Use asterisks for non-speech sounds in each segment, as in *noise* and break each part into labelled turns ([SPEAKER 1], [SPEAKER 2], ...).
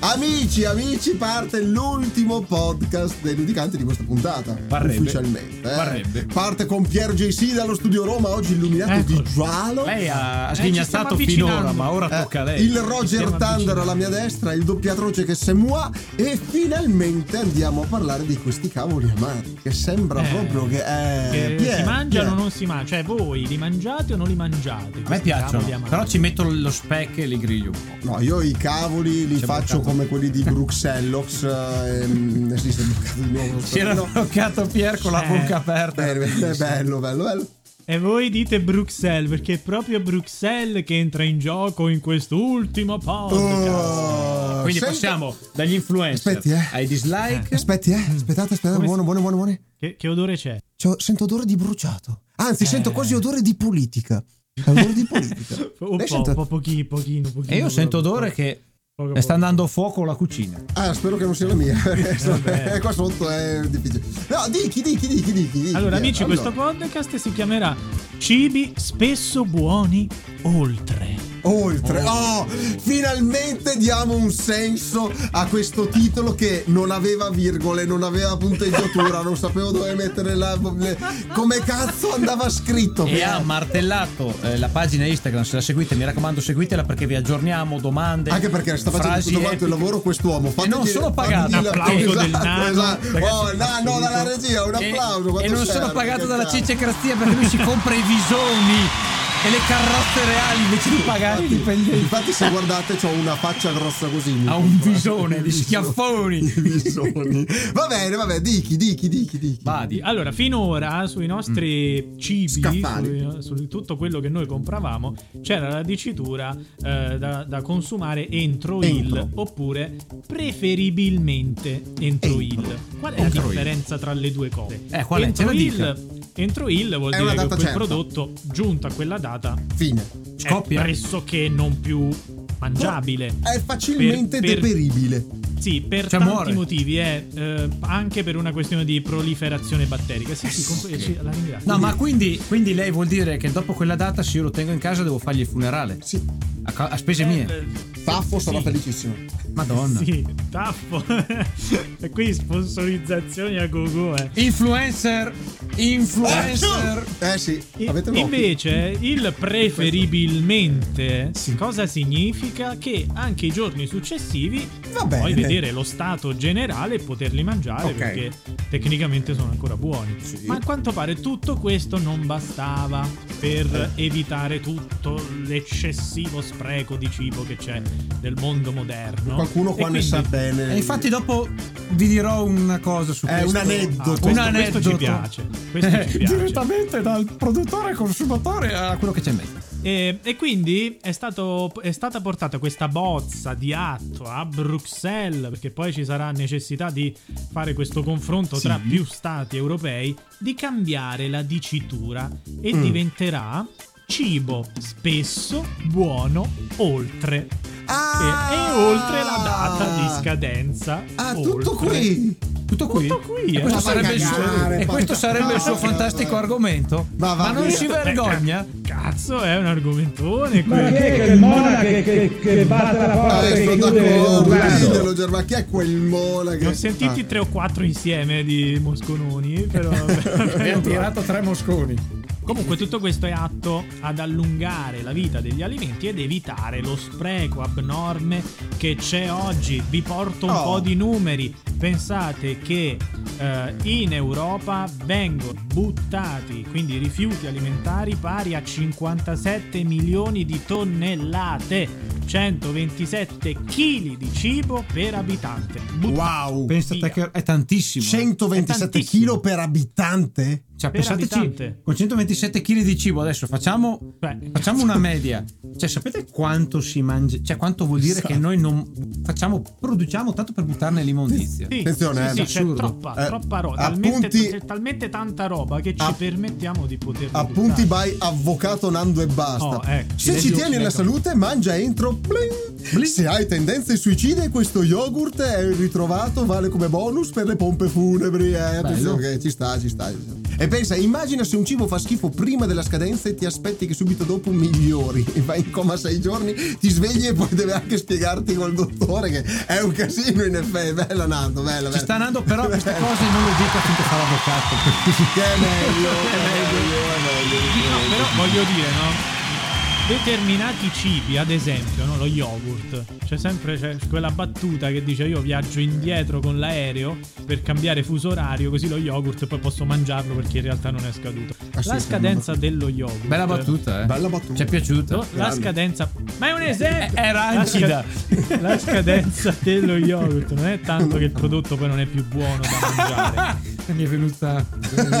[SPEAKER 1] Amici, amici, parte l'ultimo podcast dei ludicanti di questa puntata.
[SPEAKER 2] Parrebbe.
[SPEAKER 1] Ufficialmente. eh.
[SPEAKER 2] Parrebbe.
[SPEAKER 1] Parte con Pier JC dallo studio Roma, oggi illuminato
[SPEAKER 3] Ecco.
[SPEAKER 1] di giallo.
[SPEAKER 2] Lei ha
[SPEAKER 3] ci
[SPEAKER 2] sghignastato
[SPEAKER 3] stiamo
[SPEAKER 2] finora,
[SPEAKER 3] avvicinando.
[SPEAKER 2] ma ora
[SPEAKER 1] Eh,
[SPEAKER 2] tocca a lei.
[SPEAKER 1] il Roger
[SPEAKER 3] stiamo
[SPEAKER 1] Thunder
[SPEAKER 3] avvicinando.
[SPEAKER 1] alla mia destra, il doppiatroce che se mua e finalmente andiamo a parlare di questi cavoli amari che sembra
[SPEAKER 3] Eh,
[SPEAKER 1] proprio che, eh,
[SPEAKER 3] Che
[SPEAKER 1] Pier,
[SPEAKER 3] si mangiano o
[SPEAKER 1] Pier.
[SPEAKER 3] non si mangiano? Cioè, voi li mangiate o non li mangiate?
[SPEAKER 2] A me
[SPEAKER 3] questi cavoli
[SPEAKER 2] piacciono,
[SPEAKER 3] amari?
[SPEAKER 2] però ci metto lo spec e li griglio un po'.
[SPEAKER 1] No, io i cavoli li
[SPEAKER 2] C'è
[SPEAKER 1] faccio
[SPEAKER 2] bloccato.
[SPEAKER 1] come quelli di Bruxellox. ehm, sì, si è bloccato di nuovo. lo
[SPEAKER 2] *laughs* Si era
[SPEAKER 1] sto-
[SPEAKER 2] bloccato Pier con la
[SPEAKER 3] Eh.
[SPEAKER 2] bocca aperta.
[SPEAKER 1] Eh, bello, bello, bello.
[SPEAKER 3] E voi dite Bruxelles, perché è proprio Bruxelles che entra in gioco in quest'ultimo podcast.
[SPEAKER 1] Oh,
[SPEAKER 2] Quindi
[SPEAKER 1] sento-
[SPEAKER 2] passiamo dagli influencer
[SPEAKER 1] Aspetti, eh.
[SPEAKER 2] ai dislike.
[SPEAKER 1] Aspetti, eh, aspettate, aspettate,
[SPEAKER 3] Come
[SPEAKER 1] buono,
[SPEAKER 3] si-
[SPEAKER 1] buono, buono, buono.
[SPEAKER 3] Che, che odore c'è?
[SPEAKER 1] C'ho- sento odore di bruciato. Anzi, sento
[SPEAKER 3] Eh.
[SPEAKER 1] quasi odore di politica. È Odore di politica.
[SPEAKER 3] *laughs* Un oh, po',
[SPEAKER 1] Lei
[SPEAKER 3] un
[SPEAKER 1] sente-
[SPEAKER 3] po', pochino, pochino, pochino.
[SPEAKER 2] E Eh, io sento
[SPEAKER 3] proprio,
[SPEAKER 2] odore che
[SPEAKER 3] poco,
[SPEAKER 2] sta
[SPEAKER 3] poco.
[SPEAKER 2] andando a fuoco la cucina.
[SPEAKER 1] Ah, spero che non sia la mia.
[SPEAKER 3] *laughs*
[SPEAKER 1] *laughs*
[SPEAKER 3] vabbè.
[SPEAKER 1] Qua sotto è eh, difficile. No, dichi, dichi, dichi, dichi. dichi
[SPEAKER 3] Allora,
[SPEAKER 1] Pier.
[SPEAKER 3] amici, questo podcast si chiamerà Cibi spesso buoni oltre.
[SPEAKER 1] Oltre, oh, finalmente diamo un senso a questo titolo che non aveva virgole, non aveva punteggiatura, non sapevo dove mettere la. le- come cazzo andava scritto.
[SPEAKER 2] E ha martellato eh, la pagina Instagram. Se la seguite, mi raccomando, seguitela perché vi aggiorniamo. Domande,
[SPEAKER 1] Anche perché sta facendo
[SPEAKER 2] frasi
[SPEAKER 1] tutto quanto il
[SPEAKER 2] epiche.
[SPEAKER 1] lavoro quest'uomo. Fatemi
[SPEAKER 2] non sono
[SPEAKER 1] dire-
[SPEAKER 2] pagato.
[SPEAKER 1] fammi dire-
[SPEAKER 3] Applauso del
[SPEAKER 1] esatto,
[SPEAKER 3] nano.
[SPEAKER 1] esatto.
[SPEAKER 3] Ragazzi,
[SPEAKER 1] Oh, nano dalla regia, un
[SPEAKER 2] E-
[SPEAKER 1] applauso.
[SPEAKER 2] E,
[SPEAKER 1] quanto
[SPEAKER 2] non sono
[SPEAKER 1] serve,
[SPEAKER 2] pagato
[SPEAKER 1] che
[SPEAKER 2] dalla
[SPEAKER 1] cazzo.
[SPEAKER 2] cececrazia perché lui si compra i visoni e le carrozze reali invece di pagare i dipendenti.
[SPEAKER 1] Infatti, se guardate, ho una faccia grossa così.
[SPEAKER 2] Ha un visone di schiaffoni.
[SPEAKER 1] Bisogni. Va bene, vabbè, dichi, dichi, dichi, dichi.
[SPEAKER 2] Vadi.
[SPEAKER 3] Allora, finora sui nostri cibi,
[SPEAKER 1] Mm. Scaffali.
[SPEAKER 3] sui- eh, su, tutto quello che noi compravamo, c'era la dicitura eh, da, da consumare entro,
[SPEAKER 1] Entro.
[SPEAKER 3] il oppure preferibilmente
[SPEAKER 1] Entro.
[SPEAKER 3] entro, il. Qual è
[SPEAKER 2] Entro
[SPEAKER 3] la
[SPEAKER 2] il.
[SPEAKER 3] differenza tra le due cose?
[SPEAKER 2] Eh, qual è? Ce
[SPEAKER 3] Entro
[SPEAKER 2] la dica.
[SPEAKER 3] il, entro il vuol
[SPEAKER 1] È
[SPEAKER 3] dire
[SPEAKER 1] una
[SPEAKER 3] che
[SPEAKER 1] data
[SPEAKER 3] quel
[SPEAKER 1] certa.
[SPEAKER 3] prodotto giunto a quella data
[SPEAKER 1] Fine.
[SPEAKER 2] Scoppia.
[SPEAKER 3] è pressoché non più mangiabile.
[SPEAKER 1] È facilmente
[SPEAKER 3] Per- per-
[SPEAKER 1] deperibile.
[SPEAKER 3] Sì, per
[SPEAKER 2] Cioè,
[SPEAKER 3] tanti
[SPEAKER 2] muore.
[SPEAKER 3] motivi, eh, eh, anche per una questione di proliferazione batterica. Sì, sì, comp-
[SPEAKER 2] Ok.
[SPEAKER 3] sì, la ringrazio.
[SPEAKER 2] No, ma quindi, quindi lei vuol dire che dopo quella data, se io lo tengo in casa, devo fargli il funerale.
[SPEAKER 1] Sì.
[SPEAKER 2] A, ca- a spese
[SPEAKER 3] Eh,
[SPEAKER 2] mie. Oh,
[SPEAKER 3] eh,
[SPEAKER 1] Taffo sarà
[SPEAKER 3] sì,
[SPEAKER 1] felicissimo.
[SPEAKER 2] Madonna.
[SPEAKER 3] Sì, taffo. *laughs* e qui sponsorizzazioni a gogo, eh.
[SPEAKER 2] Influencer. Influencer.
[SPEAKER 1] Eh sì, avete
[SPEAKER 3] I-
[SPEAKER 1] noti?
[SPEAKER 3] Invece il preferibilmente cosa significa? Che anche i giorni successivi
[SPEAKER 1] Va
[SPEAKER 3] puoi
[SPEAKER 1] bene.
[SPEAKER 3] vedere lo stato generale e poterli mangiare
[SPEAKER 1] Ok.
[SPEAKER 3] perché tecnicamente sono ancora buoni.
[SPEAKER 1] Sì.
[SPEAKER 3] Ma a quanto pare tutto questo non bastava per
[SPEAKER 1] Eh.
[SPEAKER 3] evitare tutto l'eccessivo spreco di cibo che c'è nel mondo moderno.
[SPEAKER 1] Qualcuno
[SPEAKER 3] E
[SPEAKER 1] qua ne
[SPEAKER 3] quindi-
[SPEAKER 1] sa bene.
[SPEAKER 2] E infatti dopo vi dirò una cosa su
[SPEAKER 1] È
[SPEAKER 2] questo.
[SPEAKER 1] un
[SPEAKER 3] Ah,
[SPEAKER 1] aneddoto.
[SPEAKER 3] questo,
[SPEAKER 2] Eh, Un
[SPEAKER 3] questo ci
[SPEAKER 2] aneddoto.
[SPEAKER 3] piace.
[SPEAKER 2] *laughs*
[SPEAKER 3] Questo ci piace.
[SPEAKER 2] Direttamente dal produttore consumatore a quello che c'è in mezzo.
[SPEAKER 3] E, e quindi è, stato- è stata portata questa bozza di atto a Bruxelles, perché poi ci sarà necessità di fare questo confronto
[SPEAKER 2] Sì.
[SPEAKER 3] tra più stati europei, di cambiare la dicitura e diventerà cibo spesso buono oltre.
[SPEAKER 1] Ah!
[SPEAKER 3] E, e oltre la data di scadenza.
[SPEAKER 1] Ah, tutto
[SPEAKER 3] oltre.
[SPEAKER 1] qui.
[SPEAKER 2] Tutto qui.
[SPEAKER 3] Tutto qui,
[SPEAKER 2] E
[SPEAKER 3] eh.
[SPEAKER 2] questo
[SPEAKER 3] Ma
[SPEAKER 1] vai
[SPEAKER 2] sarebbe, il suo,
[SPEAKER 1] cagare,
[SPEAKER 2] e
[SPEAKER 1] porca-
[SPEAKER 2] questo sarebbe il suo
[SPEAKER 1] porca-
[SPEAKER 2] fantastico argomento.
[SPEAKER 1] Ma
[SPEAKER 2] Ma,
[SPEAKER 1] va
[SPEAKER 2] non
[SPEAKER 1] via.
[SPEAKER 2] si vergogna.
[SPEAKER 3] Cazzo, è un argomentone
[SPEAKER 4] cioè, Ma chi
[SPEAKER 3] quello.
[SPEAKER 4] è quel monaco che, che, che batte la
[SPEAKER 2] Ah,
[SPEAKER 4] porta
[SPEAKER 1] Eh,
[SPEAKER 4] e
[SPEAKER 2] ecco,
[SPEAKER 4] che
[SPEAKER 1] sono
[SPEAKER 4] chiude il
[SPEAKER 1] d'accordo.
[SPEAKER 4] guardo?
[SPEAKER 1] Dillo, Germa, chi è quel Ah. monaco?
[SPEAKER 3] Ne ho sentiti tre o quattro insieme di Moscononi, però...
[SPEAKER 2] Abbiamo tirato tre mosconi.
[SPEAKER 3] Comunque tutto questo è atto ad allungare la vita degli alimenti ed evitare lo spreco abnorme che c'è oggi. Vi porto un
[SPEAKER 1] Oh.
[SPEAKER 3] po' di numeri. Pensate che eh, in Europa vengono buttati, quindi rifiuti alimentari pari a 57 milioni di tonnellate. 127 kg di cibo per abitante.
[SPEAKER 1] Ah.
[SPEAKER 3] Buttati
[SPEAKER 1] Wow.
[SPEAKER 2] Pensa
[SPEAKER 3] via.
[SPEAKER 2] te che è tantissimo. eh.
[SPEAKER 1] 127 kg per abitante?
[SPEAKER 2] Cioè,
[SPEAKER 3] per
[SPEAKER 2] pensateci,
[SPEAKER 3] abitante.
[SPEAKER 2] con 127 kg di cibo adesso facciamo,
[SPEAKER 3] Beh.
[SPEAKER 2] facciamo una media. Cioè, sapete quanto si mangia? Cioè, quanto vuol dire
[SPEAKER 1] Esatto.
[SPEAKER 2] che noi non facciamo, produciamo tanto per buttarne l'immondizia?
[SPEAKER 3] Sì,
[SPEAKER 1] Attenzione,
[SPEAKER 3] sì,
[SPEAKER 1] eh,
[SPEAKER 3] sì, c'è
[SPEAKER 2] assurdo.
[SPEAKER 3] troppa,
[SPEAKER 1] Eh,
[SPEAKER 3] troppa roba,
[SPEAKER 1] appunti-
[SPEAKER 3] talmente, c'è talmente tanta roba che ci
[SPEAKER 1] App-
[SPEAKER 3] permettiamo di poter
[SPEAKER 1] Appunti
[SPEAKER 3] buttare.
[SPEAKER 1] by avvocato Nando e basta.
[SPEAKER 3] Oh, ecco, ci
[SPEAKER 1] Se ci
[SPEAKER 3] leggo-
[SPEAKER 1] tieni
[SPEAKER 3] ci
[SPEAKER 1] alla
[SPEAKER 3] leggo.
[SPEAKER 1] salute, mangia entro. Bling. Se hai tendenze suicide, questo yogurt è ritrovato, vale come bonus per le pompe funebri. Eh, attenzione, che ci sta, ci sta. ci sta. E pensa, immagina se un cibo fa schifo prima della scadenza e ti aspetti che subito dopo migliori. *laughs* E vai in coma sei giorni, ti svegli e poi deve anche spiegarti col dottore che è un casino in effetti. Bella Nando, bella,
[SPEAKER 2] Ci
[SPEAKER 1] bella.
[SPEAKER 2] sta andando, però queste cose non le dica finché fa l'avvocato.
[SPEAKER 1] Che è meglio, è meglio, è meglio.
[SPEAKER 3] No, però voglio dire, no? Determinati cibi, ad esempio, no? lo yogurt, c'è sempre c'è quella battuta che dice io viaggio indietro con l'aereo per cambiare fuso orario, così lo yogurt poi posso mangiarlo perché in realtà non è scaduto.
[SPEAKER 1] Ah, sì,
[SPEAKER 3] La
[SPEAKER 1] sì,
[SPEAKER 3] scadenza dello yogurt.
[SPEAKER 2] Bella battuta, eh.
[SPEAKER 1] Bella battuta.
[SPEAKER 2] Ci è piaciuta.
[SPEAKER 3] No, la scadenza. Ma è un esempio!
[SPEAKER 2] Eh, era
[SPEAKER 3] La sca-
[SPEAKER 2] acida.
[SPEAKER 3] La scadenza dello yogurt non è tanto che il prodotto poi non è più buono da mangiare.
[SPEAKER 2] Ah, Mi è venuta.
[SPEAKER 3] Sono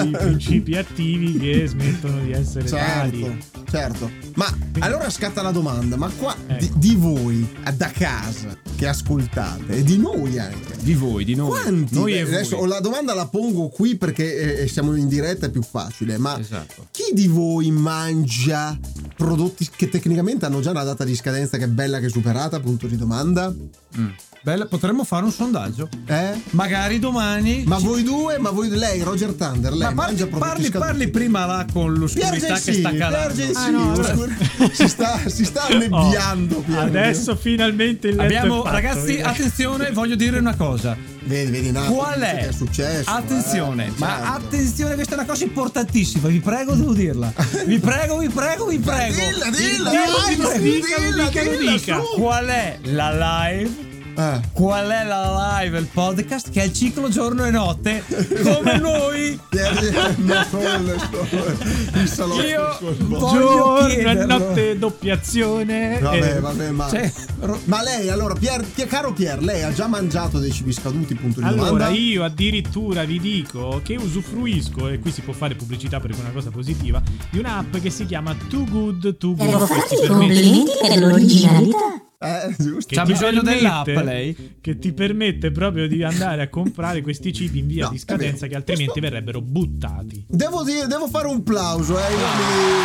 [SPEAKER 1] *laughs*
[SPEAKER 3] i principi attivi che smettono di essere
[SPEAKER 1] Certo,
[SPEAKER 3] tali.
[SPEAKER 1] certo. Ma allora scatta la domanda, ma qua di,
[SPEAKER 3] Ecco.
[SPEAKER 1] di voi, da casa, che ascoltate, e di noi anche,
[SPEAKER 2] Di voi, di noi.
[SPEAKER 1] quanti?
[SPEAKER 2] Noi
[SPEAKER 1] Beh,
[SPEAKER 2] e voi.
[SPEAKER 1] adesso la domanda la pongo qui perché eh, siamo in diretta, è più facile, ma
[SPEAKER 2] Esatto.
[SPEAKER 1] chi di voi mangia prodotti che tecnicamente hanno già una data di scadenza che è bella che è superata, punto di domanda?
[SPEAKER 2] Mm. Bella, potremmo fare un sondaggio.
[SPEAKER 1] Eh?
[SPEAKER 2] Magari domani.
[SPEAKER 1] Ma
[SPEAKER 2] ci-
[SPEAKER 1] voi due, ma voi lei, Roger Thunder, lei
[SPEAKER 2] Ma
[SPEAKER 1] mangia
[SPEAKER 2] parli,
[SPEAKER 1] prodotti
[SPEAKER 2] parli,
[SPEAKER 1] scaduti?
[SPEAKER 2] parli prima là con
[SPEAKER 1] Pier
[SPEAKER 2] l'oscurità che
[SPEAKER 1] Gensini,
[SPEAKER 2] sta
[SPEAKER 1] Pier
[SPEAKER 2] calando.
[SPEAKER 1] Gensini,
[SPEAKER 3] Ah, no, allora-
[SPEAKER 1] scusa, si sta, si
[SPEAKER 2] *laughs*
[SPEAKER 1] sta annebbiando.
[SPEAKER 3] Oh,
[SPEAKER 1] Pier
[SPEAKER 3] adesso finalmente il letto è
[SPEAKER 2] Abbiamo,
[SPEAKER 3] fatto,
[SPEAKER 2] ragazzi,
[SPEAKER 3] vedi?
[SPEAKER 2] attenzione, voglio dire una cosa.
[SPEAKER 1] Vedi, vedi, Nato,
[SPEAKER 2] Qual
[SPEAKER 1] dice
[SPEAKER 2] è?
[SPEAKER 1] Ah, Che è successo?
[SPEAKER 2] Attenzione,
[SPEAKER 1] eh, certo.
[SPEAKER 2] ma attenzione, questa è una cosa importantissima. Vi prego, devo dirla. Vi prego, vi prego, vi prego.
[SPEAKER 1] Dilla,
[SPEAKER 2] Vi
[SPEAKER 1] dilla,
[SPEAKER 2] prego,
[SPEAKER 1] dai,
[SPEAKER 2] vi prego.
[SPEAKER 1] dilla,
[SPEAKER 3] lo dica, lo
[SPEAKER 1] dilla,
[SPEAKER 3] dica.
[SPEAKER 1] su.
[SPEAKER 2] Qual è la live?
[SPEAKER 1] Eh,
[SPEAKER 2] Qual è la live, il podcast che è il ciclo giorno e notte? Come noi.
[SPEAKER 1] Pier-
[SPEAKER 2] *laughs*
[SPEAKER 1] no, solo- solo- il salotto boh.
[SPEAKER 2] Io
[SPEAKER 1] sul
[SPEAKER 2] voglio
[SPEAKER 3] Giorno e
[SPEAKER 2] chiederlo.
[SPEAKER 3] notte, doppiazione.
[SPEAKER 1] Vabbè,
[SPEAKER 3] eh,
[SPEAKER 1] vabbè, ma.
[SPEAKER 2] Cioè, ro-
[SPEAKER 1] Ma lei, allora, Pier, Pier- caro Pier, lei ha già mangiato dei cibi scaduti, punto di
[SPEAKER 3] Allora,
[SPEAKER 1] domanda?
[SPEAKER 3] io addirittura vi dico che usufruisco, e qui si può fare pubblicità perché è una cosa positiva, di un'app che si chiama Too Good To
[SPEAKER 5] Per
[SPEAKER 3] Go. che
[SPEAKER 5] offrirti
[SPEAKER 3] ti
[SPEAKER 5] i
[SPEAKER 3] permette-
[SPEAKER 5] complimenti per l'originalità.
[SPEAKER 1] Eh, *laughs* giusto.
[SPEAKER 3] che
[SPEAKER 2] C'ha
[SPEAKER 3] ti
[SPEAKER 2] bisogno
[SPEAKER 3] permette-
[SPEAKER 2] dell'app, lei?
[SPEAKER 3] Che ti permette proprio di andare a comprare questi cibi in via
[SPEAKER 1] No,
[SPEAKER 3] di
[SPEAKER 1] è
[SPEAKER 3] scadenza
[SPEAKER 1] vero.
[SPEAKER 3] che altrimenti
[SPEAKER 1] Questo-
[SPEAKER 3] verrebbero buttati.
[SPEAKER 1] Devo dire, devo fare un plauso, eh. io mi-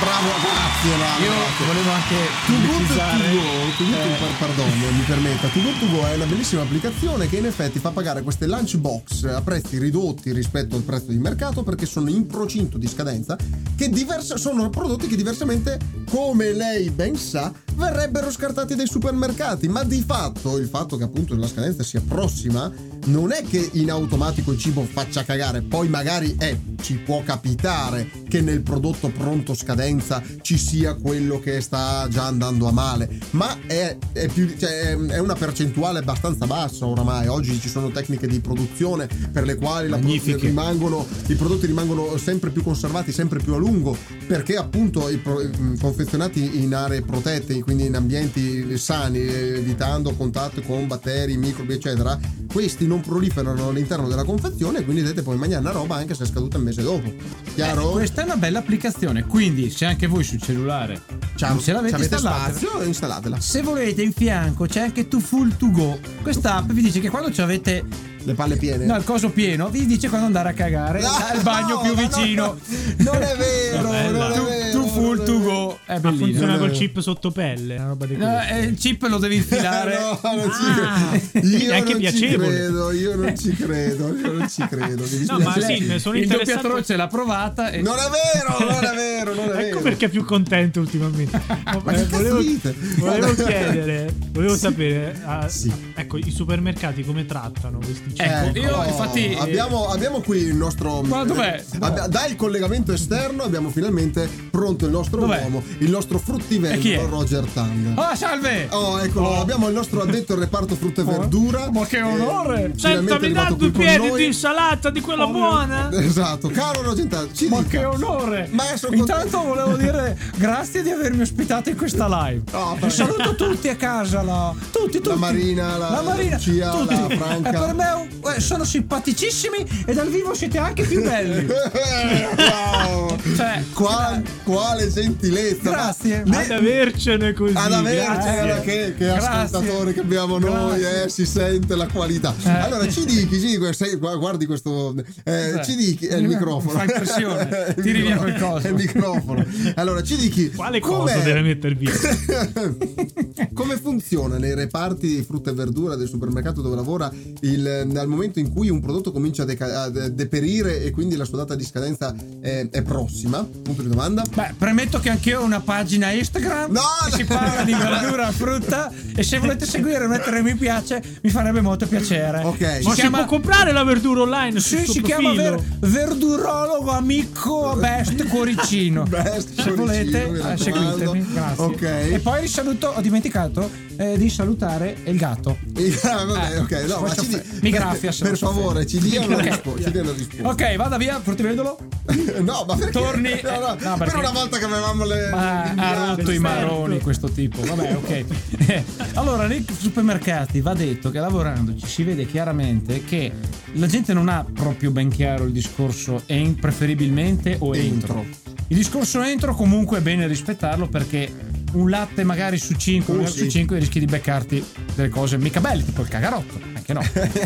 [SPEAKER 1] Bravo, grazie, bravo.
[SPEAKER 2] io volevo anche
[SPEAKER 1] To Good To
[SPEAKER 2] pubblicizzare.
[SPEAKER 1] Go, To Good To- per- perdono, mi permetta, To Good To Go è una bellissima applicazione che in effetti fa pagare queste lunch box a prezzi ridotti rispetto al prezzo di mercato perché sono in procinto di scadenza, che diversa- sono prodotti che diversamente, come lei ben sa, verrebbero scartati dai supermercati, ma di fatto il fatto che appunto la scadenza sia prossima non è che in automatico il cibo faccia cagare, poi magari eh, ci può capitare che nel prodotto pronto scadenza ci sia quello che sta già andando a male, ma è, è più- cioè, è- è una percentuale abbastanza bassa oramai, oggi ci sono tecniche di produzione per le quali la
[SPEAKER 2] Magnifiche.
[SPEAKER 1] produzione rimangono, i prodotti rimangono sempre più conservati, sempre più a lungo, perché appunto i pro- mh, confezionati in aree protette, quindi in ambienti sani, eh, evitando contatto con batteri, microbi, eccetera, questi non proliferano all'interno della confezione e quindi dovete poi mangiare una roba anche se è scaduta il mese dopo.
[SPEAKER 2] Eh,
[SPEAKER 1] Chiaro?
[SPEAKER 2] questa è una bella applicazione, quindi se anche voi sul cellulare
[SPEAKER 1] Ciao,
[SPEAKER 2] non ce l'avete
[SPEAKER 1] ci avete
[SPEAKER 2] installata,
[SPEAKER 1] spazio, installatela.
[SPEAKER 2] se volete in fianco c'è anche To Full To Go. Questa app vi dice che quando ci avete
[SPEAKER 1] Le palle piene.
[SPEAKER 2] no, il coso pieno, vi dice quando andare a cagare
[SPEAKER 1] No,
[SPEAKER 2] al bagno
[SPEAKER 1] no,
[SPEAKER 2] più
[SPEAKER 1] ma no,
[SPEAKER 2] vicino.
[SPEAKER 1] non è vero, non
[SPEAKER 3] Bella.
[SPEAKER 1] è
[SPEAKER 2] To,
[SPEAKER 1] vero.
[SPEAKER 2] to Full
[SPEAKER 1] non è
[SPEAKER 2] To
[SPEAKER 1] vero.
[SPEAKER 2] Go è
[SPEAKER 3] Ma funziona
[SPEAKER 2] bellissimo.
[SPEAKER 3] col chip sotto pelle, una roba di
[SPEAKER 2] No,
[SPEAKER 3] queste.
[SPEAKER 2] eh, il chip
[SPEAKER 1] *laughs*
[SPEAKER 2] lo devi infilare.
[SPEAKER 1] No, non ci
[SPEAKER 3] Ah,
[SPEAKER 1] credo. Io
[SPEAKER 3] è anche
[SPEAKER 1] non
[SPEAKER 3] piacevole.
[SPEAKER 1] ci credo, io non ci credo, io non ci credo. mi
[SPEAKER 3] No,
[SPEAKER 1] dispiace.
[SPEAKER 3] ma sì, ne sono
[SPEAKER 2] il
[SPEAKER 3] interessato.
[SPEAKER 2] doppiatroce l'ha provata e
[SPEAKER 1] Non è vero, non è vero, non è vero.
[SPEAKER 3] Ecco perché è più contento ultimamente.
[SPEAKER 1] *laughs* Ma che cazzo
[SPEAKER 3] volevo,
[SPEAKER 1] dite?
[SPEAKER 3] volevo
[SPEAKER 1] *laughs* Guarda.
[SPEAKER 3] chiedere, volevo sapere, ah,
[SPEAKER 1] Sì.
[SPEAKER 3] ecco, i supermercati come trattano questi cibi?
[SPEAKER 2] Ecco, io
[SPEAKER 1] oh,
[SPEAKER 2] infatti-
[SPEAKER 1] abbiamo, abbiamo qui il nostro eh,
[SPEAKER 2] Ma dov'è?
[SPEAKER 1] Abbi- dal collegamento esterno abbiamo finalmente pronto il nostro
[SPEAKER 2] Dov'è?
[SPEAKER 1] uomo, il nostro
[SPEAKER 2] E chi è?
[SPEAKER 1] fruttivendolo Roger Tang.
[SPEAKER 2] Oh, salve!
[SPEAKER 1] Oh, eccolo,
[SPEAKER 2] Oh.
[SPEAKER 1] abbiamo il nostro addetto al reparto frutta e
[SPEAKER 2] Oh,
[SPEAKER 1] verdura.
[SPEAKER 2] ma che
[SPEAKER 1] Eh,
[SPEAKER 2] onore!
[SPEAKER 1] finalmente
[SPEAKER 3] Senta, mi dà
[SPEAKER 1] arrivato
[SPEAKER 3] due
[SPEAKER 1] qui con
[SPEAKER 3] piedi
[SPEAKER 1] noi.
[SPEAKER 3] di insalata di quella
[SPEAKER 2] Oh, mio-
[SPEAKER 3] buona?
[SPEAKER 1] Esatto, caro Roger Tang, ci
[SPEAKER 2] Ma
[SPEAKER 1] dica.
[SPEAKER 2] che onore!
[SPEAKER 1] Ma sono
[SPEAKER 2] Intanto
[SPEAKER 1] contento.
[SPEAKER 2] volevo dire grazie di avermi ospitato in questa live.
[SPEAKER 1] Oh,
[SPEAKER 2] Vi saluto tutti a casa, la... tutti, tutti.
[SPEAKER 1] La Marina, la-
[SPEAKER 2] Marina,
[SPEAKER 1] Lucia,
[SPEAKER 2] tutti.
[SPEAKER 1] la Franca.
[SPEAKER 2] E per me eh, sono simpaticissimi e dal vivo siete anche
[SPEAKER 1] *laughs*
[SPEAKER 2] più belli.
[SPEAKER 1] *laughs* wow.
[SPEAKER 2] Cioè,
[SPEAKER 1] Qua- quale gentilezza! ma-
[SPEAKER 2] Grazie.
[SPEAKER 1] Ne-
[SPEAKER 3] Ad avercene così.
[SPEAKER 1] ad avercela
[SPEAKER 3] grazie.
[SPEAKER 1] che, che
[SPEAKER 2] Grazie.
[SPEAKER 1] ascoltatori che abbiamo noi eh, si sente la qualità
[SPEAKER 2] Eh.
[SPEAKER 1] allora ci dichi ci dichi sei- gu- guardi questo eh,
[SPEAKER 2] Cos'è?
[SPEAKER 1] ci dichi è il
[SPEAKER 2] Mi
[SPEAKER 1] microfono
[SPEAKER 2] fa impressione.
[SPEAKER 1] *laughs* Il
[SPEAKER 2] Tiri via
[SPEAKER 1] microfono.
[SPEAKER 2] quel coso.
[SPEAKER 1] è il microfono allora ci dichi
[SPEAKER 3] Quale
[SPEAKER 1] com'è-
[SPEAKER 3] cosa deve mettere via?
[SPEAKER 1] *laughs* come funziona nei reparti di frutta e verdura del supermercato dove lavora il, dal momento in cui un prodotto comincia a, deca- a de- deperire e quindi la sua data di scadenza è, è prossima? Punto di domanda.
[SPEAKER 2] Beh, premetto che anch'io ho una pagina Instagram
[SPEAKER 1] No!
[SPEAKER 2] che si parla di verdura, frutta e se volete seguire e mettere mi piace mi farebbe molto piacere.
[SPEAKER 1] Ok.
[SPEAKER 2] Si
[SPEAKER 1] Ma
[SPEAKER 3] Ma si
[SPEAKER 2] chiama,
[SPEAKER 3] può comprare la verdura online sul
[SPEAKER 2] sì,
[SPEAKER 3] suo
[SPEAKER 2] si chiama
[SPEAKER 3] profilo?
[SPEAKER 2] ver- verdurologo amico best cuoricino.
[SPEAKER 1] *laughs* Best
[SPEAKER 2] se
[SPEAKER 1] cuoricino,
[SPEAKER 2] volete
[SPEAKER 1] mi
[SPEAKER 2] eh,
[SPEAKER 1] raccomando.
[SPEAKER 2] seguitemi, grazie.
[SPEAKER 1] Ok.
[SPEAKER 2] E poi risaluto, ho dimenticato eh, di salutare il gatto.
[SPEAKER 1] *laughs* Ah, vabbè,
[SPEAKER 2] Eh,
[SPEAKER 1] ok, no, ma
[SPEAKER 2] faccio
[SPEAKER 1] ci di-
[SPEAKER 2] fe- mi graffia se
[SPEAKER 1] Per,
[SPEAKER 2] non so
[SPEAKER 1] favore,
[SPEAKER 2] fare.
[SPEAKER 1] ci dia una
[SPEAKER 2] Ok.
[SPEAKER 1] rispo- ci dia una risposta.
[SPEAKER 2] Ok, vada via, fruttivendolo.
[SPEAKER 1] *laughs* no, ma perché?
[SPEAKER 2] Torni-
[SPEAKER 1] No, no,
[SPEAKER 2] no,
[SPEAKER 1] Per
[SPEAKER 2] perché-
[SPEAKER 1] una volta che avevamo le.
[SPEAKER 2] Ma
[SPEAKER 1] le-
[SPEAKER 2] Ah, ha rotto i
[SPEAKER 3] certo.
[SPEAKER 2] maroni questo tipo. Vabbè, ok. Eh, allora, nei supermercati va detto che lavorandoci si vede chiaramente che la gente non ha proprio ben chiaro il discorso en- preferibilmente o entro.
[SPEAKER 1] Entro.
[SPEAKER 2] Il discorso entro comunque è bene rispettarlo perché un latte magari su 5,
[SPEAKER 1] Oh,
[SPEAKER 2] un
[SPEAKER 1] sì.
[SPEAKER 2] su 5 rischi di beccarti delle cose mica belle, tipo il cagarotto, anche no.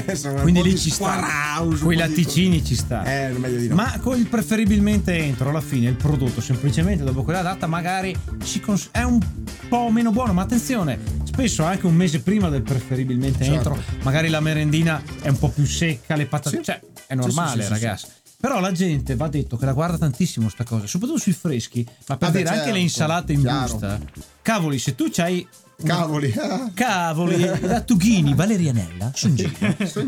[SPEAKER 1] Insomma, *laughs* un
[SPEAKER 2] Quindi
[SPEAKER 1] po'
[SPEAKER 2] lì
[SPEAKER 1] di
[SPEAKER 2] ci sta.
[SPEAKER 1] squarauso,
[SPEAKER 2] Quei
[SPEAKER 1] un po' di-
[SPEAKER 2] latticini ci sta.
[SPEAKER 1] Eh, meglio di no.
[SPEAKER 2] Ma col preferibilmente entro alla fine il prodotto, semplicemente dopo quella data, magari ci cons- è un po' meno buono. Ma attenzione, spesso anche un mese prima del preferibilmente
[SPEAKER 1] Certo.
[SPEAKER 2] entro, magari la merendina è un po' più secca, le patate.
[SPEAKER 1] Sì.
[SPEAKER 2] Cioè, è
[SPEAKER 1] Sì,
[SPEAKER 2] normale,
[SPEAKER 1] sì, sì, sì,
[SPEAKER 2] ragazzi. Però la gente va detto che la guarda tantissimo sta cosa, soprattutto sui freschi, ma per
[SPEAKER 1] Ah, beh,
[SPEAKER 2] dire anche
[SPEAKER 1] certo,
[SPEAKER 2] le insalate in
[SPEAKER 1] chiaro.
[SPEAKER 2] busta. Cavoli, se tu c'hai una-
[SPEAKER 1] Cavoli, ah.
[SPEAKER 2] Cavoli, lattughini, valerianella, sono giro.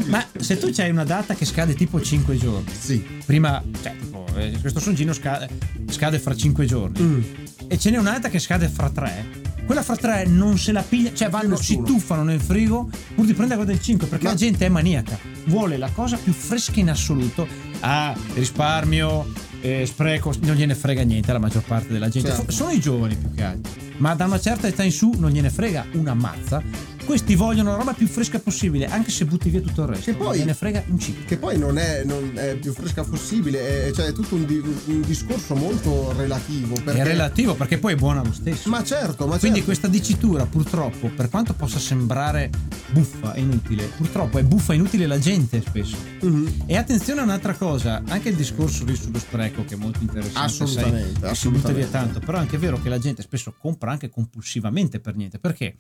[SPEAKER 2] Ma se tu c'hai una data che scade tipo 5
[SPEAKER 1] *laughs*
[SPEAKER 2] giorni,
[SPEAKER 1] Sì.
[SPEAKER 2] prima, cioè, tipo, eh, questo songino scade, scade fra 5 giorni,
[SPEAKER 1] Mm.
[SPEAKER 2] e ce n'è un'altra che scade fra 3. Quella fra 3 non se la piglia, cioè vanno, si
[SPEAKER 1] nessuno.
[SPEAKER 2] tuffano nel frigo pur di prendere quella del 5 perché
[SPEAKER 1] Ma-
[SPEAKER 2] la gente è maniaca, vuole la cosa più fresca in assoluto. Ah, risparmio, eh, spreco, non gliene frega niente alla maggior parte della gente.
[SPEAKER 1] Certo.
[SPEAKER 2] Fo- sono i giovani più che altro, ma da una certa età in su non gliene frega una mazza. Questi vogliono la roba più fresca possibile, anche se butti via tutto il resto.
[SPEAKER 1] Che poi-
[SPEAKER 2] Non gliene frega un ciclo.
[SPEAKER 1] Che poi non è, non è più fresca possibile, è, cioè è tutto un, di- un discorso molto relativo. Perché,
[SPEAKER 2] È relativo perché poi è buona lo stesso.
[SPEAKER 1] Ma certo, ma
[SPEAKER 2] Quindi
[SPEAKER 1] certo.
[SPEAKER 2] questa dicitura purtroppo, per quanto possa sembrare buffa e inutile, purtroppo è buffa e inutile la gente spesso.
[SPEAKER 1] Mhm.
[SPEAKER 2] E attenzione a un'altra cosa, anche il discorso lì sullo spreco che è molto interessante.
[SPEAKER 1] Assolutamente,
[SPEAKER 2] sai, che Si butta
[SPEAKER 1] assolutamente.
[SPEAKER 2] via tanto, però è anche vero che la gente spesso compra anche compulsivamente per niente, perché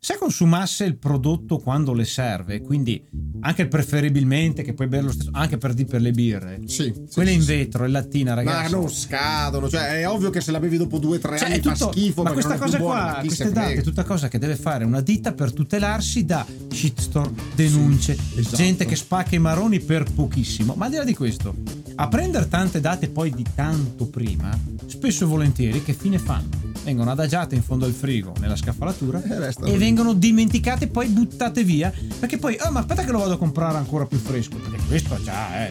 [SPEAKER 2] se consumasse il prodotto quando le serve, quindi anche il preferibilmente che puoi bere lo stesso, anche per, di- per le birre,
[SPEAKER 1] Sì, sì,
[SPEAKER 2] quelle
[SPEAKER 1] sì,
[SPEAKER 2] in
[SPEAKER 1] sì.
[SPEAKER 2] vetro e lattina
[SPEAKER 1] Ma
[SPEAKER 2] ragazzi.
[SPEAKER 1] non scadono, cioè è ovvio che se la bevi dopo due o tre
[SPEAKER 2] Cioè,
[SPEAKER 1] anni
[SPEAKER 2] è tutto,
[SPEAKER 1] fa schifo.
[SPEAKER 2] ma
[SPEAKER 1] perché
[SPEAKER 2] questa
[SPEAKER 1] non è
[SPEAKER 2] cosa
[SPEAKER 1] più buona, ma
[SPEAKER 2] qua,
[SPEAKER 1] chi se
[SPEAKER 2] queste date,
[SPEAKER 1] frega.
[SPEAKER 2] è tutta cosa che deve fare una ditta per tutelarsi da shitstorm, denunce,
[SPEAKER 1] esatto.
[SPEAKER 2] gente che spacca i maroni per pochissimo. Ma al di là di questo, a prendere tante date poi di tanto prima, spesso e volentieri che fine fanno? Vengono adagiate in fondo al frigo, nella scaffalatura
[SPEAKER 1] E restano
[SPEAKER 2] e
[SPEAKER 1] lì.
[SPEAKER 2] vengono dimenticate e poi buttate via. Perché poi, oh, ma aspetta che lo vado a comprare ancora più fresco. Perché questo già è.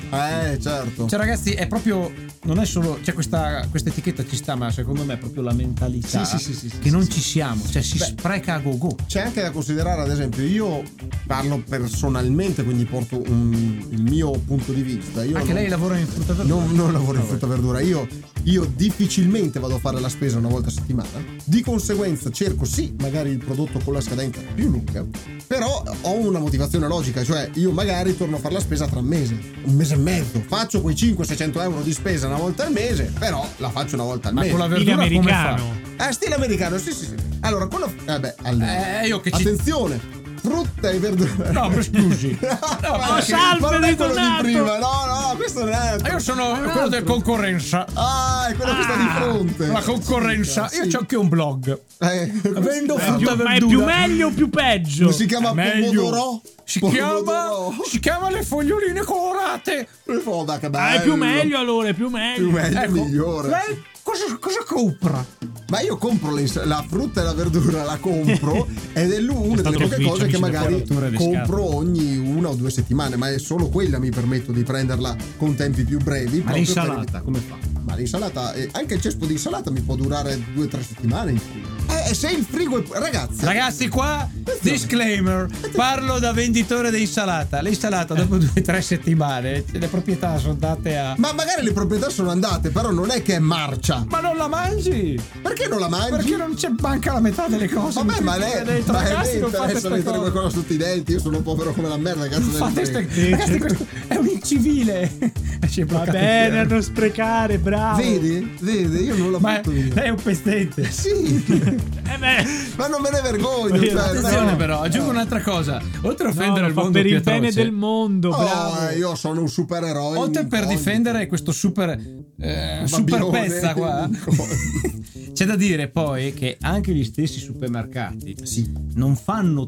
[SPEAKER 1] Eh, certo.
[SPEAKER 2] Cioè, ragazzi, è proprio. Non è solo. Cioè, questa, questa etichetta ci sta, ma secondo me è proprio la mentalità.
[SPEAKER 1] Sì, sì, sì, sì, sì,
[SPEAKER 2] che non ci siamo. Cioè, si
[SPEAKER 1] Beh.
[SPEAKER 2] spreca a go go.
[SPEAKER 1] C'è anche da considerare, ad esempio, io parlo personalmente, quindi porto un- il mio punto di vista. Io
[SPEAKER 2] Anche
[SPEAKER 1] non-
[SPEAKER 2] lei lavora in frutta per
[SPEAKER 1] non, non lavoro in frutta e verdura. Io, io difficilmente vado a fare la spesa una volta a settimana. Di conseguenza cerco sì, magari il prodotto con la scadenza più lunga. Però ho una motivazione logica, cioè io magari torno a fare la spesa tra un mese, un mese e mezzo. Faccio quei 500-600 euro di spesa una volta al mese, però la faccio una volta al
[SPEAKER 2] Ma
[SPEAKER 1] mese.
[SPEAKER 2] con la
[SPEAKER 3] Stile
[SPEAKER 2] verdura come fa?
[SPEAKER 3] americano.
[SPEAKER 1] Ah, stile americano, sì, sì, sì. Allora, quello. Eh beh, allora.
[SPEAKER 2] Eh, io che ci-
[SPEAKER 1] Attenzione! Frutta e verdura.
[SPEAKER 2] No, mi scusi.
[SPEAKER 1] *laughs* No,
[SPEAKER 2] ma
[SPEAKER 1] perché-
[SPEAKER 3] salve,
[SPEAKER 1] ma non è quello di
[SPEAKER 3] Ritornato!
[SPEAKER 1] prima. No, no, questo non è.
[SPEAKER 2] Ma Ah, Io sono quello del concorrenza.
[SPEAKER 1] Ah, è quello che sta di fronte.
[SPEAKER 2] La concorrenza. Io
[SPEAKER 1] Sì.
[SPEAKER 2] c'ho anche un blog.
[SPEAKER 1] Eh,
[SPEAKER 2] Vendo frutta e
[SPEAKER 3] Ma è
[SPEAKER 2] verdura.
[SPEAKER 3] più meglio o più peggio?
[SPEAKER 1] si chiama
[SPEAKER 2] È meglio.
[SPEAKER 1] Pomodoro.
[SPEAKER 2] Si chiama,
[SPEAKER 1] Pomodoro. *laughs*
[SPEAKER 2] si chiama le foglioline colorate.
[SPEAKER 1] Oh, dai, che
[SPEAKER 3] Ah, è
[SPEAKER 1] bello.
[SPEAKER 3] più meglio allora, è più meglio.
[SPEAKER 1] Più meglio,
[SPEAKER 2] Ecco,
[SPEAKER 1] migliore.
[SPEAKER 2] lei cosa, cosa compra?
[SPEAKER 1] Ma io compro le ins- la frutta e la verdura, la
[SPEAKER 2] *laughs*
[SPEAKER 1] compro ed è l'u- una delle
[SPEAKER 3] stato
[SPEAKER 1] poche
[SPEAKER 3] ufficio,
[SPEAKER 1] cose
[SPEAKER 3] mi
[SPEAKER 1] che
[SPEAKER 3] sono
[SPEAKER 1] magari
[SPEAKER 2] fatto rotture le
[SPEAKER 1] compro ogni una o due settimane, ma è solo quella mi permetto di prenderla con tempi più brevi.
[SPEAKER 2] Ma
[SPEAKER 1] proprio per
[SPEAKER 2] l'insalata come fa?
[SPEAKER 1] Ma l'insalata, eh, anche il cespo di insalata mi può durare due o tre settimane in frigo. Eh, se il frigo è. Ragazzi,
[SPEAKER 2] Ragazzi, qua disclaimer: parlo da venditore di insalata. L'insalata, dopo due o tre settimane, le proprietà sono date a.
[SPEAKER 1] ma magari le proprietà sono andate, però non è che è marcia.
[SPEAKER 2] Ma non la mangi!
[SPEAKER 1] Perché non la mangi?
[SPEAKER 2] Perché non c'è manca la metà delle cose.
[SPEAKER 1] Eh, Vabbè,
[SPEAKER 2] Mi
[SPEAKER 1] ma
[SPEAKER 2] sentite
[SPEAKER 1] lei
[SPEAKER 2] dentro,
[SPEAKER 1] ma
[SPEAKER 2] ragazzi,
[SPEAKER 1] lei
[SPEAKER 2] non fate
[SPEAKER 1] interessa
[SPEAKER 2] queste
[SPEAKER 1] mettere
[SPEAKER 2] cose.
[SPEAKER 1] qualcosa sotto i denti, io sono povero come la merda, cazzo
[SPEAKER 2] Non
[SPEAKER 1] del
[SPEAKER 2] fate
[SPEAKER 1] frega.
[SPEAKER 2] ste- ragazzi, questo è un
[SPEAKER 1] *laughs*
[SPEAKER 2] incivile. E si è
[SPEAKER 3] Va
[SPEAKER 2] bloccato
[SPEAKER 1] eh.
[SPEAKER 3] bene, a
[SPEAKER 2] il
[SPEAKER 3] non sprecare, bravo.
[SPEAKER 1] Vedi? Vedi? Io non la
[SPEAKER 2] Ma eh,
[SPEAKER 1] butto via.
[SPEAKER 2] lei è un pestente.
[SPEAKER 1] Sì.
[SPEAKER 3] Eh beh.
[SPEAKER 1] Ma non me ne vergogno. cioè,
[SPEAKER 2] Attenzione
[SPEAKER 1] no.
[SPEAKER 2] però, aggiungo un'altra cosa. Oltre a offendere
[SPEAKER 3] No,
[SPEAKER 2] il
[SPEAKER 3] lo fa
[SPEAKER 2] mondo
[SPEAKER 3] per
[SPEAKER 2] più
[SPEAKER 3] il bene
[SPEAKER 2] atroce,
[SPEAKER 3] del mondo,
[SPEAKER 1] Oh,
[SPEAKER 3] bravo.
[SPEAKER 1] eh, io sono un supereroe.
[SPEAKER 2] oltre per
[SPEAKER 1] oggi.
[SPEAKER 2] difendere questo super eh, super
[SPEAKER 1] Babilone.
[SPEAKER 2] pezza qua, *laughs* c'è da dire poi che anche gli stessi supermercati
[SPEAKER 1] Sì,
[SPEAKER 2] non fanno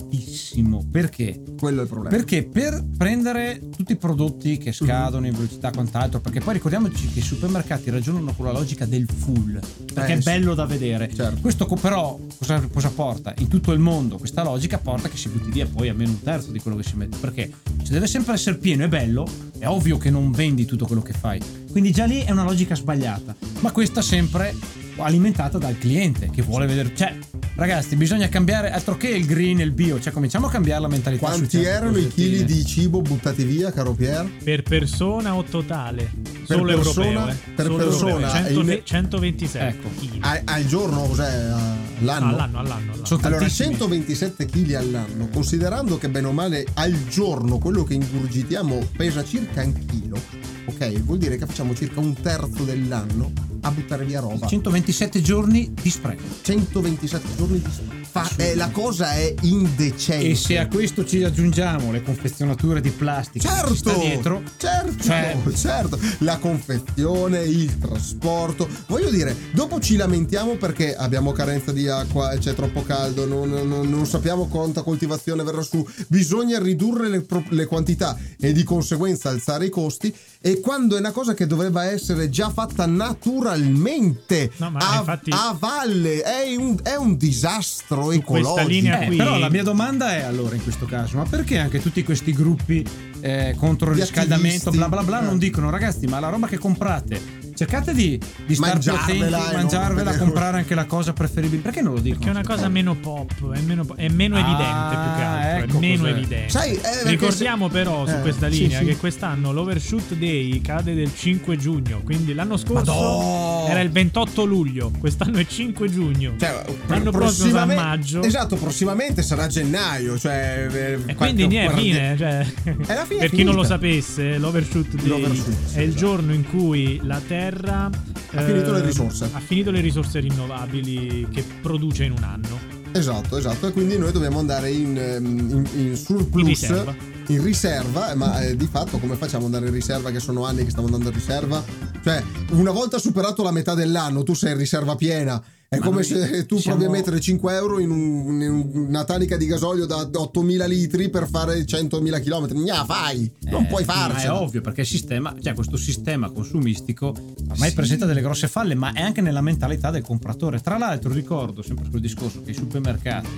[SPEAKER 2] tantissimo. Perché?
[SPEAKER 1] quello è il problema.
[SPEAKER 2] Perché per prendere tutti i prodotti che scadono in velocità e quant'altro, perché poi ricordiamoci che i supermercati ragionano con la logica del full, perché
[SPEAKER 1] Eh,
[SPEAKER 2] è
[SPEAKER 1] sì.
[SPEAKER 2] bello da vedere.
[SPEAKER 1] Certo.
[SPEAKER 2] Questo co- però cosa, cosa porta? In tutto il mondo questa logica porta che si butti via poi almeno un terzo di quello che si mette, perché se deve sempre essere pieno e bello, è ovvio che non vendi tutto quello che fai. Quindi già lì è una logica sbagliata, ma questa sempre alimentata dal cliente che vuole vedere... Cioè, ragazzi, bisogna cambiare altro che il green e il bio, cioè cominciamo a cambiare la mentalità. su
[SPEAKER 1] Quanti
[SPEAKER 2] certe
[SPEAKER 1] erano i
[SPEAKER 2] cosettine.
[SPEAKER 1] chili di cibo buttati via, caro Pier?
[SPEAKER 3] Per persona o totale? Solo
[SPEAKER 1] persona-
[SPEAKER 3] europeo, eh.
[SPEAKER 1] per
[SPEAKER 3] Solo
[SPEAKER 1] persona,
[SPEAKER 3] europeo. Cento-
[SPEAKER 1] in-
[SPEAKER 3] 127
[SPEAKER 2] Ecco.
[SPEAKER 3] chili.
[SPEAKER 1] Al, al giorno, cos'è? All'anno?
[SPEAKER 3] all'anno, all'anno, all'anno.
[SPEAKER 2] Sono
[SPEAKER 1] Allora,
[SPEAKER 2] tantissimi.
[SPEAKER 1] 127 kg all'anno, considerando che bene o male al giorno quello che ingurgitiamo pesa circa un chilo, ok? Vuol dire che facciamo circa un terzo dell'anno a buttare via roba.
[SPEAKER 2] 127 giorni di spreco.
[SPEAKER 1] 127 giorni di fa- eh, La cosa è indecente.
[SPEAKER 2] E se a questo ci aggiungiamo le confezionature di plastica che ci sta
[SPEAKER 1] Certo,
[SPEAKER 2] dietro,
[SPEAKER 1] certo,
[SPEAKER 2] Cioè-
[SPEAKER 1] certo. La confezione, il trasporto. Voglio dire, dopo ci lamentiamo perché abbiamo carenza di acqua, c'è troppo caldo, non, non- non sappiamo quanta coltivazione verrà su. Bisogna ridurre le, pro- le quantità e di conseguenza alzare i costi. E quando è una cosa che dovrebbe essere già fatta naturalmente
[SPEAKER 3] No, ma
[SPEAKER 1] a,
[SPEAKER 3] infatti-
[SPEAKER 1] a valle, è un, è un disastro ecologico.
[SPEAKER 3] linea
[SPEAKER 2] Eh,
[SPEAKER 3] qui-
[SPEAKER 2] però la mia domanda è allora in questo caso, ma perché anche tutti questi gruppi eh, contro il
[SPEAKER 1] Gli
[SPEAKER 2] riscaldamento,
[SPEAKER 1] attivisti.
[SPEAKER 2] bla bla bla, non
[SPEAKER 1] Eh.
[SPEAKER 2] dicono ragazzi, ma la roba che comprate, cercate di, di star più attenti,
[SPEAKER 1] Mangiarvela e non *laughs*
[SPEAKER 2] mangiarvela,
[SPEAKER 1] vedere-
[SPEAKER 2] comprare anche la cosa preferibile. Perché non lo dicono?
[SPEAKER 3] Che è una cosa meno pop, è meno, è meno
[SPEAKER 2] Ah,
[SPEAKER 3] evidente più che altro.
[SPEAKER 2] ecco
[SPEAKER 3] è meno
[SPEAKER 2] cos'è.
[SPEAKER 3] evidente.
[SPEAKER 1] Sai, eh, perché
[SPEAKER 3] Ricordiamo
[SPEAKER 1] se-
[SPEAKER 3] però su
[SPEAKER 1] eh,
[SPEAKER 3] questa
[SPEAKER 1] sì,
[SPEAKER 3] linea
[SPEAKER 1] sì.
[SPEAKER 3] che quest'anno l'overshoot day cade del 5 giugno, quindi l'anno scorso
[SPEAKER 1] Madò!
[SPEAKER 3] era il 28 luglio, quest'anno è 5 giugno.
[SPEAKER 1] Cioè,
[SPEAKER 3] l'anno prossimo sarà
[SPEAKER 1] prossimamente-
[SPEAKER 3] maggio.
[SPEAKER 1] Esatto, prossimamente sarà gennaio. Cioè, eh,
[SPEAKER 3] E
[SPEAKER 1] qualche-
[SPEAKER 3] quindi niente,
[SPEAKER 1] guardi-
[SPEAKER 3] fine, cioè,
[SPEAKER 1] È la fine,
[SPEAKER 3] per
[SPEAKER 1] è
[SPEAKER 3] chi non lo
[SPEAKER 1] finita.
[SPEAKER 3] sapesse, l'overshoot day
[SPEAKER 1] L'overshoot, sì,
[SPEAKER 3] è il
[SPEAKER 1] esatto.
[SPEAKER 3] giorno in cui la Terra ha
[SPEAKER 1] finito le risorse.
[SPEAKER 3] ha finito le risorse rinnovabili che produce in un anno.
[SPEAKER 1] Esatto, esatto. E quindi noi dobbiamo andare in, ehm, in- in surplus.
[SPEAKER 3] In riserva.
[SPEAKER 1] in riserva, eh, ma eh, di fatto come facciamo ad andare in riserva che sono anni che stiamo andando in riserva? Cioè, una volta superato la metà dell'anno, tu sei in riserva piena. È
[SPEAKER 2] Ma
[SPEAKER 1] come
[SPEAKER 2] noi
[SPEAKER 1] se tu
[SPEAKER 2] siamo-
[SPEAKER 1] provi a mettere 5 euro in, un- in una tanica di gasolio da 8000 litri per fare 100.000 km. Gna, fai! Non
[SPEAKER 2] Eh,
[SPEAKER 1] puoi
[SPEAKER 2] Ma
[SPEAKER 1] farcela.
[SPEAKER 2] è ovvio perché il sistema, cioè questo sistema consumistico ormai presenta delle grosse falle, ma è anche nella mentalità del compratore. Tra l'altro ricordo sempre quel discorso che i supermercati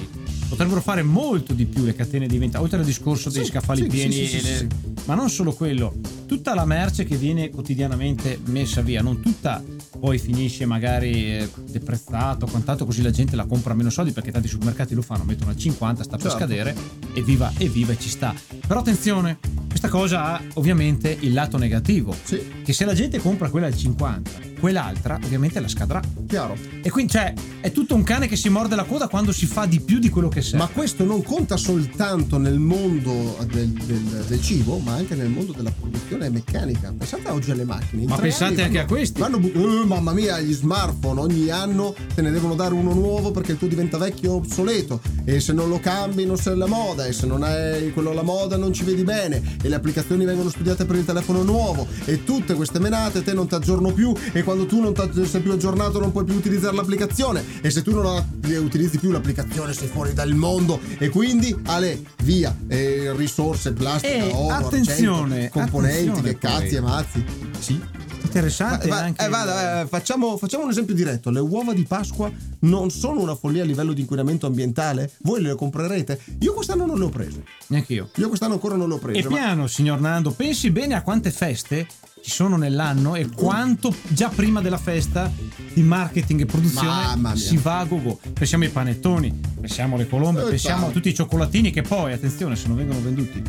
[SPEAKER 2] potrebbero fare molto di più le catene di vendita, oltre al discorso dei
[SPEAKER 1] Sì,
[SPEAKER 2] scaffali
[SPEAKER 1] sì,
[SPEAKER 2] pieni,
[SPEAKER 1] sì, sì,
[SPEAKER 2] e
[SPEAKER 1] sì,
[SPEAKER 2] le-
[SPEAKER 1] sì.
[SPEAKER 2] ma non solo quello, tutta la merce che viene quotidianamente messa via, non tutta poi finisce magari eh, deprezzata o quant'altro, così la gente la compra a meno soldi perché tanti supermercati lo fanno, mettono a 50, sta per
[SPEAKER 1] Certo.
[SPEAKER 2] scadere, evviva, evviva e ci sta. Però attenzione, questa cosa ha ovviamente il lato negativo,
[SPEAKER 1] Sì,
[SPEAKER 2] che se la gente compra quella al 50, quell'altra ovviamente la scadrà.
[SPEAKER 1] chiaro.
[SPEAKER 2] E quindi cioè, è tutto un cane che si morde la coda quando si fa di più di quello che serve.
[SPEAKER 1] Ma questo non conta soltanto nel mondo del, del- del cibo, ma anche nel mondo della produzione meccanica. Pensate oggi alle macchine. in
[SPEAKER 2] Ma
[SPEAKER 1] tre anni
[SPEAKER 2] pensate anche
[SPEAKER 1] vanno-
[SPEAKER 2] a questi.
[SPEAKER 1] vanno bu- eh, mamma mia, gli smartphone ogni anno te ne devono dare uno nuovo perché il tuo diventa vecchio e obsoleto. E se non lo cambi non sei alla moda. E se non hai quello alla moda non ci vedi bene. E le applicazioni vengono studiate per il telefono nuovo. E tutte queste menate te non ti aggiorno più. E quando tu non t'ag- sei più aggiornato non puoi più utilizzare l'applicazione. E se tu non la utilizzi più l'applicazione sei fuori dal mondo. E quindi Ale, via. E risorse, plastica,
[SPEAKER 2] E
[SPEAKER 1] oro,
[SPEAKER 2] Eh, attenzione,
[SPEAKER 1] argento, componenti,
[SPEAKER 2] attenzione
[SPEAKER 1] che cazzi
[SPEAKER 2] poi.
[SPEAKER 1] e mazzi. Sì. Va-
[SPEAKER 2] Interessante
[SPEAKER 1] va-
[SPEAKER 2] anche...
[SPEAKER 1] eh, vada, eh, facciamo, facciamo un esempio diretto. Le uova di Pasqua non sono una follia a livello di inquinamento ambientale? Voi le comprerete? Io quest'anno non le ho prese.
[SPEAKER 2] Neanche io.
[SPEAKER 1] Io quest'anno ancora non le ho
[SPEAKER 2] E
[SPEAKER 1] prese. ma-
[SPEAKER 2] piano, signor Nando, pensi bene a quante feste ci sono nell'anno e quanto già prima della festa di marketing e
[SPEAKER 1] Mamma
[SPEAKER 2] produzione
[SPEAKER 1] mia.
[SPEAKER 2] si va a gogo. Pensiamo ai panettoni, pensiamo alle colombe,
[SPEAKER 1] Eh,
[SPEAKER 2] pensiamo
[SPEAKER 1] ciao.
[SPEAKER 2] a tutti i cioccolatini che poi, attenzione, se non vengono venduti,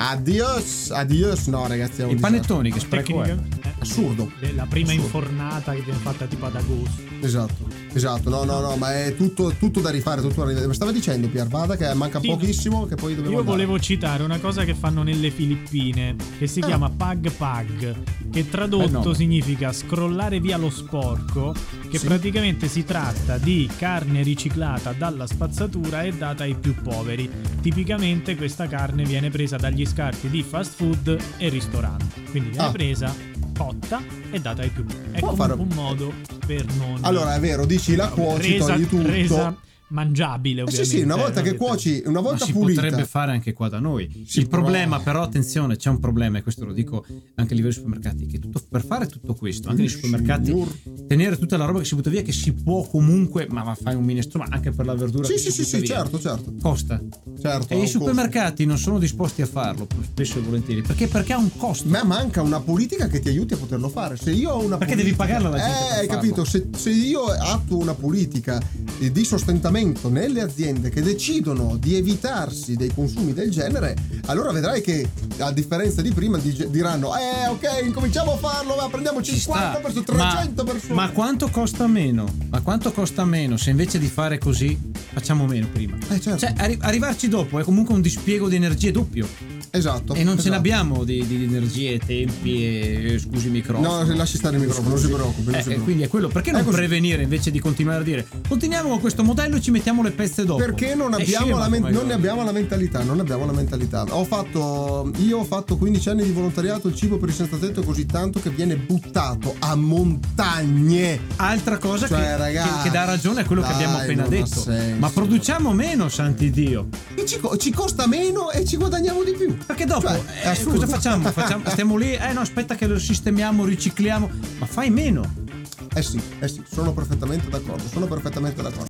[SPEAKER 1] Adios, adios. No, ragazzi, è un
[SPEAKER 2] i
[SPEAKER 1] disastro.
[SPEAKER 2] panettoni che spreco è.
[SPEAKER 3] Ah, Tecnica- eh,
[SPEAKER 1] Assurdo.
[SPEAKER 3] La prima
[SPEAKER 1] Assurdo.
[SPEAKER 3] infornata che viene fatta tipo ad agosto.
[SPEAKER 1] Esatto, Esatto, no, no, no, ma è tutto, tutto da rifare, tutto da rivedere. Ma stava dicendo Pierbada che manca
[SPEAKER 3] Sì, no.
[SPEAKER 1] pochissimo, che poi dobbiamo
[SPEAKER 3] Io
[SPEAKER 1] andare.
[SPEAKER 3] volevo citare una cosa che fanno nelle Filippine, che si
[SPEAKER 1] Ah.
[SPEAKER 3] chiama Pag Pag, che
[SPEAKER 2] Bel nome.
[SPEAKER 3] tradotto significa scrollare via lo sporco, che
[SPEAKER 1] Sì.
[SPEAKER 3] praticamente si tratta di carne riciclata dalla spazzatura e data ai più poveri. Tipicamente questa carne viene presa dagli scarti di fast food e ristoranti, quindi viene
[SPEAKER 1] Ah.
[SPEAKER 3] presa cotta e data ai più poveri. È
[SPEAKER 1] Può
[SPEAKER 3] comunque
[SPEAKER 1] fare-
[SPEAKER 3] un modo per non
[SPEAKER 1] Allora, è vero, dici la cuoci,
[SPEAKER 3] resa,
[SPEAKER 1] togli tutto.
[SPEAKER 3] resa mangiabile,
[SPEAKER 1] Eh
[SPEAKER 3] ovviamente.
[SPEAKER 1] sì, sì, una
[SPEAKER 3] eh,
[SPEAKER 1] volta che
[SPEAKER 3] ovviamente.
[SPEAKER 1] cuoci, una
[SPEAKER 2] Ma
[SPEAKER 1] volta
[SPEAKER 2] si
[SPEAKER 1] pulita.
[SPEAKER 2] potrebbe fare anche qua da noi.
[SPEAKER 1] Sì,
[SPEAKER 2] il
[SPEAKER 1] però-
[SPEAKER 2] problema, però, attenzione, c'è un problema, e questo lo dico anche a livello di supermercati: che tutto- per fare tutto questo, anche nei supermercati,
[SPEAKER 1] Signor.
[SPEAKER 2] tenere tutta la roba che si butta via, che si può comunque, ma va, fai un minestrone, ma anche per la verdura
[SPEAKER 1] Sì,
[SPEAKER 2] che
[SPEAKER 1] sì, sì,
[SPEAKER 2] si butta
[SPEAKER 1] sì,
[SPEAKER 2] via,
[SPEAKER 1] certo, certo.
[SPEAKER 2] Costa.
[SPEAKER 1] Certo. ha
[SPEAKER 2] E
[SPEAKER 1] un
[SPEAKER 2] i
[SPEAKER 1] costo.
[SPEAKER 2] supermercati non sono disposti a farlo, spesso e volentieri, perché, perché ha un costo.
[SPEAKER 1] Ma manca una politica che ti aiuti a poterlo fare. Se io ho una
[SPEAKER 2] Perché
[SPEAKER 1] politica-
[SPEAKER 2] devi pagarla la gente
[SPEAKER 1] Eh,
[SPEAKER 2] per
[SPEAKER 1] hai
[SPEAKER 2] farlo.
[SPEAKER 1] capito? Se, se io attuo una politica eh, di sostentamento nelle aziende che decidono di evitarsi dei consumi del genere, allora vedrai che a differenza di prima dig- diranno: Eh, ok, incominciamo a farlo, ma prendiamo
[SPEAKER 2] Ci sta.
[SPEAKER 1] 50 verso 300
[SPEAKER 2] ma,
[SPEAKER 1] persone.
[SPEAKER 2] ma quanto costa meno? Ma quanto costa meno se invece di fare così facciamo meno prima?
[SPEAKER 1] Eh, certo.
[SPEAKER 2] Cioè, arri- arrivarci dopo è comunque un dispiego di energie doppio
[SPEAKER 1] esatto.
[SPEAKER 2] e non ce
[SPEAKER 1] esatto.
[SPEAKER 2] l'abbiamo di, di energie, tempi e, e scusi microfono.
[SPEAKER 1] No, lasci stare il microfono, non si preoccupi. non
[SPEAKER 2] Eh,
[SPEAKER 1] si preoccupi.
[SPEAKER 2] eh, quindi è quello, perché
[SPEAKER 1] È
[SPEAKER 2] non
[SPEAKER 1] così.
[SPEAKER 2] prevenire invece di continuare a dire continuiamo con questo modello e ci mettiamo le pezze dopo?
[SPEAKER 1] Perché non,
[SPEAKER 2] È
[SPEAKER 1] abbiamo
[SPEAKER 2] scemo
[SPEAKER 1] la men-
[SPEAKER 2] come
[SPEAKER 1] non
[SPEAKER 2] cosa.
[SPEAKER 1] ne abbiamo la mentalità, non abbiamo la mentalità. Ho fatto, io ho fatto 15 anni di volontariato, il cibo per il senza tetto è così tanto che viene buttato a montagne.
[SPEAKER 2] Altra cosa
[SPEAKER 1] Cioè,
[SPEAKER 2] che,
[SPEAKER 1] ragazzi,
[SPEAKER 2] che- che dà ragione a quello che
[SPEAKER 1] dai,
[SPEAKER 2] abbiamo appena
[SPEAKER 1] non ha
[SPEAKER 2] detto.
[SPEAKER 1] senso.
[SPEAKER 2] Ma produciamo meno, santi Dio.
[SPEAKER 1] E ci, co- ci costa meno e ci guadagniamo di più.
[SPEAKER 2] Perché dopo
[SPEAKER 1] Cioè,
[SPEAKER 2] eh,
[SPEAKER 1] è assurdo.
[SPEAKER 2] cosa facciamo? Facciamo- Stiamo lì, eh no, aspetta che lo sistemiamo, ricicliamo, ma fai meno.
[SPEAKER 1] Eh sì, eh sì, sono perfettamente d'accordo, sono perfettamente d'accordo.